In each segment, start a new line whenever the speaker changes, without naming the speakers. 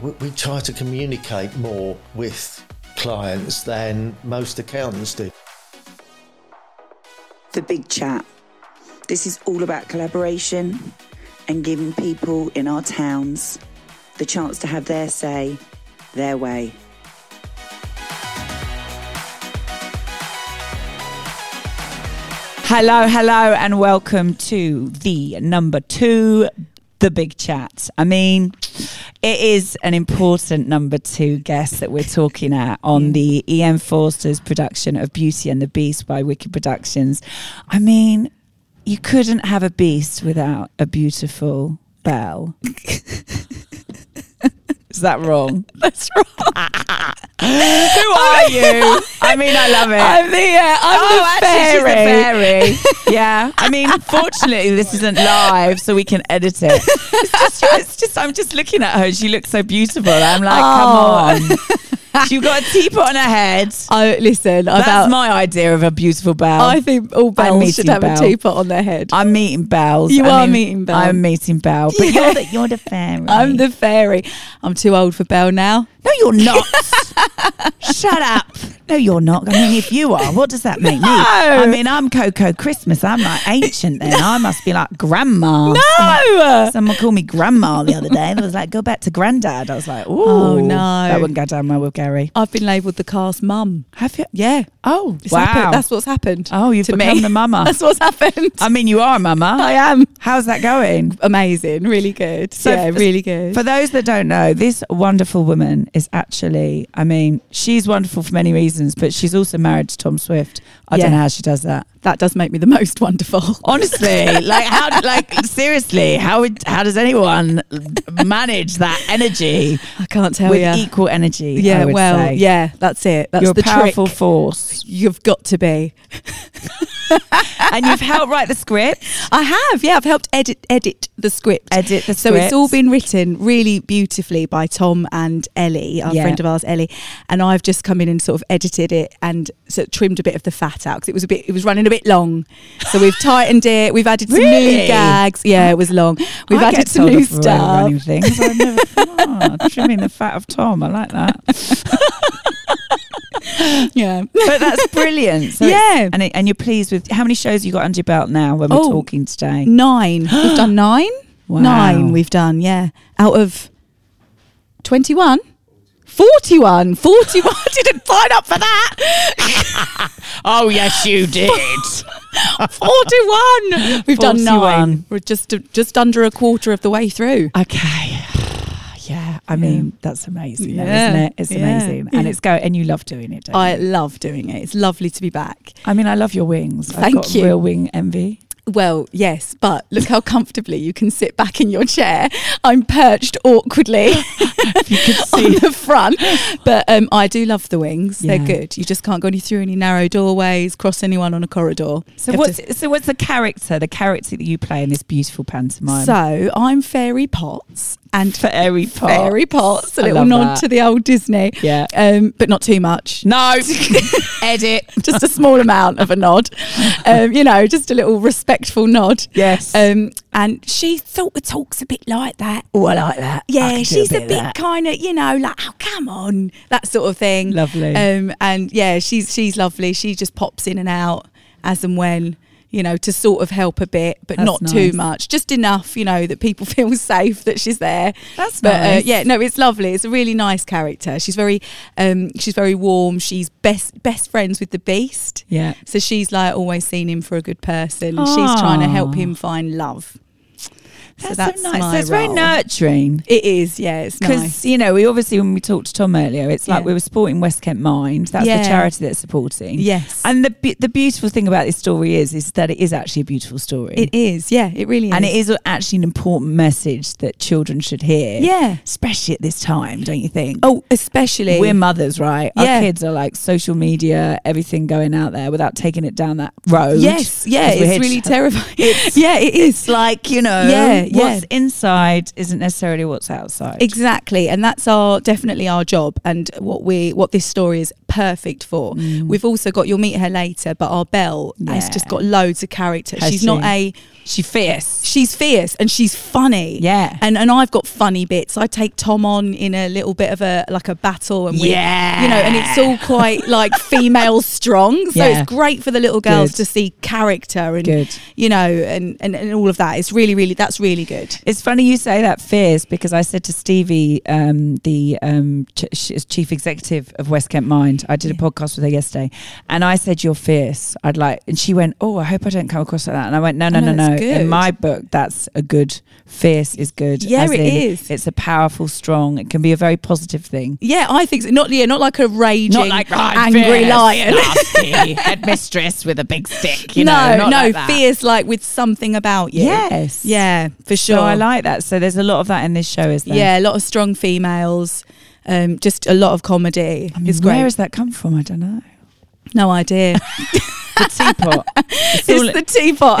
we, we try to communicate more with clients than most accountants do.
The Big Chat. This is all about collaboration and giving people in our towns the chance to have their say, their way.
Hello, hello, and welcome to the number two, the big chat. I mean, it is an important number two guest that we're talking at on the E.M. Forster's production of Beauty and the Beast by Wicked Productions. I mean, you couldn't have a beast without a beautiful belle. Is that wrong? That's wrong. Who are you? I mean, I love it. I'm the, uh, I'm the fairy. yeah. I mean, fortunately, this isn't live, so we can edit it. It's just, it's just, I'm just looking at her. She looks so beautiful. I'm like, come on. She's got a teapot on her head.
I listen.
That's
about,
my idea of a beautiful belle.
I think all
meeting
bells should have
Belle.
a teapot on their head.
I'm meeting bells.
You
I
are meeting Belle.
I'm meeting Belle. But
Yeah.
you're, the, you're the fairy.
I'm the fairy. I'm too old for Belle now.
No, you're not. Shut up. No, you're not. I mean, if you are, what does that make me? I mean, I'm Coco Christmas. I'm like ancient then. I must be like grandma.
No!
Someone, someone called me grandma the other day. They was like, go back to granddad. I was like, Ooh,
Oh, no.
That wouldn't go down well with Gary.
I've been labelled the cast mum.
Have you?
Yeah.
Oh,
It's
wow.
happened. That's what's happened.
Oh, you've
to
become
me.
the mama.
That's what's happened.
I mean, you are a mama.
I am.
How's that going?
Amazing. Really good.
So
yeah,
f-
really good.
For those that don't know, this wonderful woman is actually, I mean, she's wonderful for many reasons, but she's also married to Tom Swift. I don't
Yeah.
know how she does that.
that does make me the most wonderful.
Honestly, like how, like seriously, how would, how does anyone manage that energy
I can't tell
with
you.
equal energy?
yeah,
I would
well,
say.
yeah, that's it. That's
You're a
the
powerful
trick.
force,
You've got to be.
and you've helped write the script.
I have, yeah. I've helped edit edit the script.
Edit the
so
script.
it's all been written really beautifully by Tom and Ellie, our
Yeah.
friend of ours, Ellie. And I've just come in and sort of edited it and sort of trimmed a bit of the fat out because it was a bit, it was running a bit long. So we've tightened it. We've added some
Really?
new gags. Yeah, it was long. We've
I
added
get
some
told
new
off for running
stuff.
Things. I've never, Ah, trimming the fat of Tom. I like that.
Yeah.
but that's brilliant. So
Yeah.
it's- and it, and you're pleased with how many shows you got under your belt now when we're
Oh.
talking today?
Nine. We've done nine.
Wow.
Nine we've done, yeah. Out of 21. 41. 41. I didn't sign up for that.
Oh yes, you did.
41. We've done
41.
nine. We're just just under a quarter of the way through.
okay. Yeah, I mean that's amazing, though,
Yeah.
isn't it? It's
Yeah.
amazing, and
Yeah.
it's go and you love doing it. Don't
I
you?
love doing it. It's lovely to be back.
I mean, I love your wings. I've
Thank
got
you.
Real wing envy.
Well, yes, but look how comfortably you can sit back in your chair. I'm perched awkwardly
You could
on
see.
the front, but um, I do love the wings.
Yeah.
They're good. You just can't go any through any narrow doorways, cross anyone on a corridor.
so
You have
what's
to-
so what's the character? The character that you play in this beautiful pantomime.
so? I'm Fairy Potts and
fairy pot.
Fairy Potts, a
I
little
love
nod
that.
to the old Disney.
Yeah.
um, but not too much.
No.
edit just a small amount of a nod um, you know just a little respectful nod
Yes.
um, and she sort of talks a bit like that
oh, I like that. I
yeah
could do
she's a
of
bit
that.
kind of you know like oh come on that sort of thing
Lovely.
um, and yeah she's she's lovely she just pops in and out as and when you know to sort of help a bit but
That's
not too
nice.
much just enough you know that people feel safe that she's there
That's
but
nice.
uh, yeah no it's lovely it's a really nice character she's very um, she's very warm she's best best friends with the beast
Yeah.
so she's like always seen him for a good person. She's trying to help him find love. so
That's,
that's
so nice.
my
That's very
role.
nurturing.
It is, yeah, it's
Because
nice.
you know, we obviously when we talked to Tom earlier, it's like
Yeah.
we were supporting West Kent Mind. That's
Yeah.
the charity that's supporting.
Yes.
And the be- the beautiful thing about this story is is that it is actually a beautiful story.
It is, yeah, it really is.
and it is actually an important message that children should hear.
Yeah.
Especially at this time, don't you think?
Oh, especially.
We're mothers, right?
Yeah.
Our kids are like social media, everything going out there without taking it down that road.
yes, yeah,
'Cause we're
it's
here to
really
help.
terrifying. yeah, it is.
It's like, you know,
Yeah,
what's
yeah.
inside isn't necessarily what's outside.
Exactly, and that's our definitely our job, and what we what this story is perfect for.
Mm.
We've also got you'll meet her later, but our Belle has
Yeah.
just got loads of character.
Has
she's not
she?
a
She fierce.
she's fierce and she's funny.
Yeah.
and and I've got funny bits. I take Tom on in a little bit of a like a battle, and we,
Yeah.
you know, and it's all quite like female strong. So
Yeah.
it's great for the little girls
Good.
to see character and
Good.
you know and, and and all of that. It's really really that's really good.
It's funny you say that fierce because I said to Stevie, um, the um, ch- sh- chief executive of West Kent Mind, I did a podcast with her yesterday, and I said you're fierce. I'd like, and she went, "Oh, I hope I don't come across like that." And I went, "No, no,
Oh,
no,
no,
no.
that's good.
In my book, that's a good fierce is good.
Yeah,
as
it
in,
is.
It's a powerful, strong. It can be a very positive thing.
Yeah, I think so. not yeah not like a raging
"Oh, "I'm
angry
fierce,
lion.
nasty headmistress with a big stick. You
no,
know, not
no,
like that.
fierce like with something about you.
Yes.
yeah, for sure.
So I like that. So there's a lot of that in this show, is there?
Yeah, a lot of strong females. Um, just a lot of comedy.
I mean,
it's great.
Where has that come from? I don't know.
no idea.
The teapot. It's all-
it's the teapot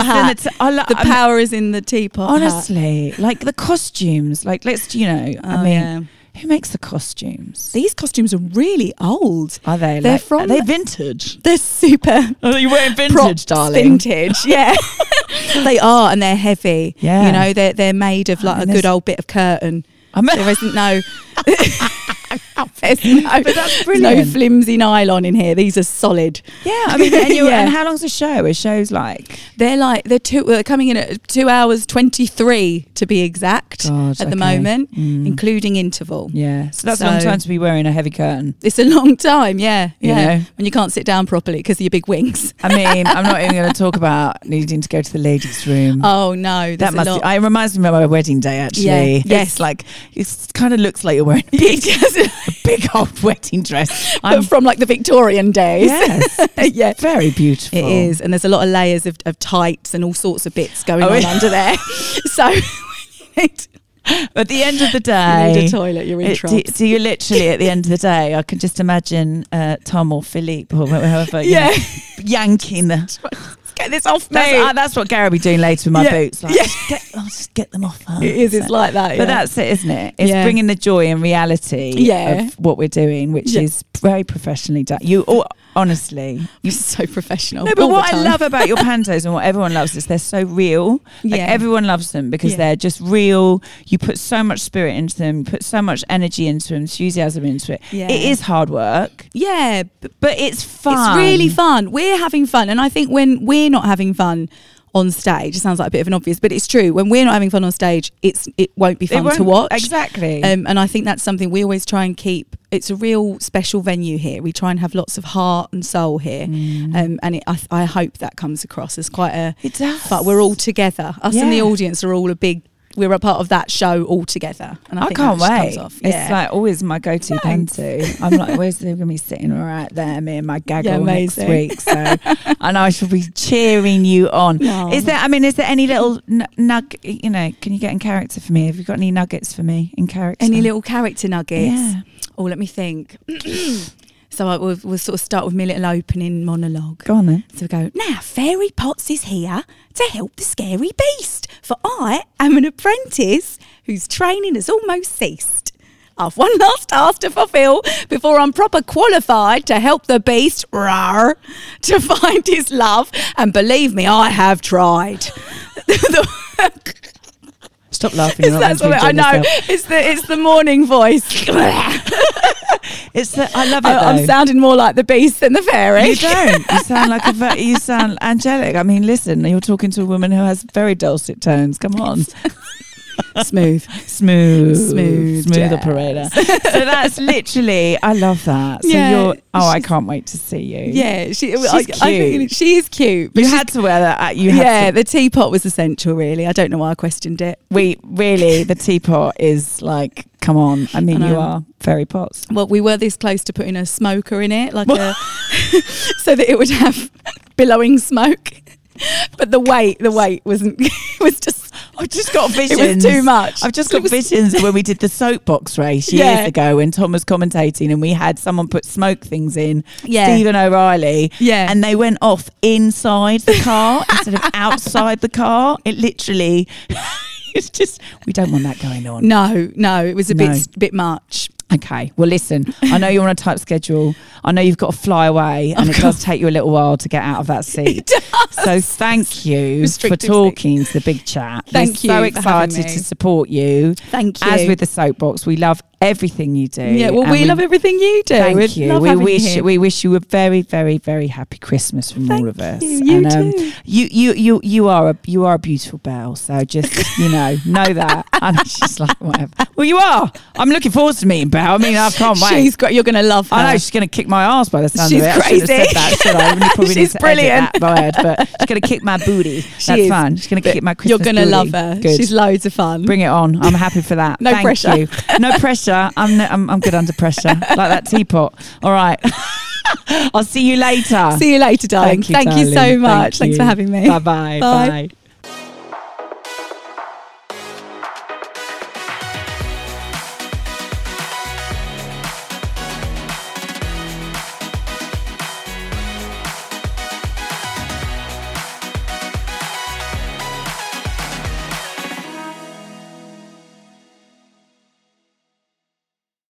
it's in
hat.
the t- I like-
the
I'm-
power is in the teapot. hat.
honestly, like the costumes. Like let's, you know, I
Oh,
mean,
yeah.
who makes the costumes?
these costumes are really old.
Are they?
They're
like,
from-
Are they vintage?
They're super
Are you wearing
props, Vintage, yeah. they are, and they're heavy.
Yeah. Oh,
you know they're they're made of like
And
a good
there's-
old bit of curtain.
I mean-
there isn't no. there's no,
But that's
there's
brilliant.
no flimsy nylon in here. These are solid.
Yeah, I mean, and, you
Yeah.
and how long's a show? A show's like
They're like they're two. They're coming in at two hours twenty three to be exact
God,
at
okay.
the
Mm.
moment, including interval.
yeah. So that's a long
So-
time to be wearing a heavy curtain.
It's a long time, yeah,
You
yeah.
know.
When you can't sit down properly because of your big wings.
I mean, I'm not even going to talk about needing to go to the ladies' room.
Oh no,
Mm. that
there's
must.
a
Be,
lot.
it reminds me of my wedding day. Actually,
Yeah.
It's
Yes.
like it kind of looks like you're wearing a big, a big old wedding dress. I'm
But from like the Victorian days.
yes,
yeah. Oh.
very beautiful.
It is, and there's a lot of layers of, of tights and all sorts of bits going
Oh,
on
it-
under there. So when you need,
At the end of the
you
day,
need a toilet, you're in
it- do,
trouble.
do you literally at the end of the day? I can just imagine uh, Tom or Philippe or whoever, you
Yeah.
know, yanking the.
Get this off me.
That's, uh, that's what Gary will be doing later with my
Yeah.
boots. Like,
Yeah.
just get, I'll just get them off. her.
it is. It's
So-
like that.
But
yeah.
that's it, isn't it? It's
Yeah.
bringing the joy and reality
Yeah.
of what we're doing, which
Yeah.
is very professionally done. You all, honestly,
you're so professional.
no, but
all the
what I
time.
love about your pantos and what everyone loves is they're so real. Like
Yeah.
everyone loves them because
Yeah.
they're just real. You put so much spirit into them, you put so much energy into them, enthusiasm into it.
Yeah.
It is hard work,
yeah, b-
but it's fun.
It's really fun. We're having fun. And I think when we're not having fun on stage, it sounds like a bit of an obvious, but it's true. When we're not having fun on stage, it's it won't be
It
fun to
won't-
watch.
exactly.
Um, and I think that's something we always try and keep. It's a real special venue here. We try and have lots of heart and soul here. Um, and it, I, I hope that comes across as quite a.
It does.
But we're all together. Us and the
Yeah.
audience are all a big. We're a part of that show all together. And I,
I,
think
can't
that just
wait.
Comes off.
It's like always my go-to
Thanks.
panto. I'm like, where's they gonna be sitting right there, me and my gaggle
Yeah,
next
amazing.
week. So, and I shall be cheering you on.
No.
Is there? I mean, is there any little n- nug? You know, can you get in character for me? Have you got any nuggets for me in character?
Any little character nuggets?
Yeah.
Oh, let me think. so I, we'll, we'll sort of start with my little opening monologue.
Go on then.
So we go, now Fairy Potts is here to help the scary beast, for I am an apprentice whose training has almost ceased. I've one last task to fulfill before I'm proper qualified to help the beast rawr, to find his love, and believe me, I have tried.
Stop laughing. you're not meant
That's
to be
what I
enjoying
know.
yourself.
It's the it's the morning voice.
It's the, I love it.
I,
though.
am sounding more like the beast than the fairy.
You don't. You sound like a. Ver- you sound angelic. I mean, listen. You're talking to a woman who has very dulcet tones. Come on.
Smooth.
smooth,
Smooth
smooth
jazz.
operator. so that's literally, I love that. So
Yeah,
you're, oh, I
she's-
can't wait to see you.
Yeah, she.
She's
I, I think
cute.
she is cute. But
you
she's-
had to wear that. uh, You had
yeah,
to.
the teapot was essential, really. I don't know why I questioned it.
We really, the teapot is like, come on. I mean,
I
you
know.
are very pots.
Well, we were this close to putting a smoker in it, like a, so that it would have billowing smoke. But the weight, the weight wasn't. It was just.
I've just got visions.
It was too much.
I've just
It
got
was-
visions when we did the soapbox race years
Yeah.
ago when Tom was commentating and we had someone put smoke things in,
Yeah.
Stephen O'Reilly,
Yeah.
and they went off inside the car instead of outside the car. It literally, it's just, we don't want that going on.
No, no, it was a
No.
bit bit much.
Okay. Well, listen, I know you're on a tight schedule. I know you've got to fly away, and it does take you a little while to get out of that seat. So, thank you for
Restrictive seat.
talking to the big chat.
Thank
We're So
you for having
excited
me.
to support you.
Thank you.
As with the soapbox, we love everything you do.
Yeah, well,
and
we, love everything you do.
Thank
We'd
you.
love
we
having
wish
here.
we wish you a very, very, very happy Christmas from all of us. um,
you. You too.
you, you, you, you are a you are a beautiful belle. So just you know, know that. And it's just like whatever. Well, you are. I'm looking forward to meeting Belle. I mean, I can't wait.
She's great. You're going to love her.
I know she's going to kick my ass by the sound
She's
of it. I shouldn't have
crazy.
said that, should I? We probably
She's
need to edit
brilliant.
that word, but she's going to kick my booty.
She
That's
is.
fine. She's going to
But
kick my
You're
Christmas
going to
booty.
love her.
Good.
She's loads of fun.
Bring it on. I'm happy for that.
No
Thank
pressure.
you. No pressure. I'm, I'm I'm good under pressure, like that teapot. All right. I'll see you later.
See you later, darling. Thank you, so
darling.
much. Thanks for
you.
having me.
Bye-bye.
Bye.
Bye.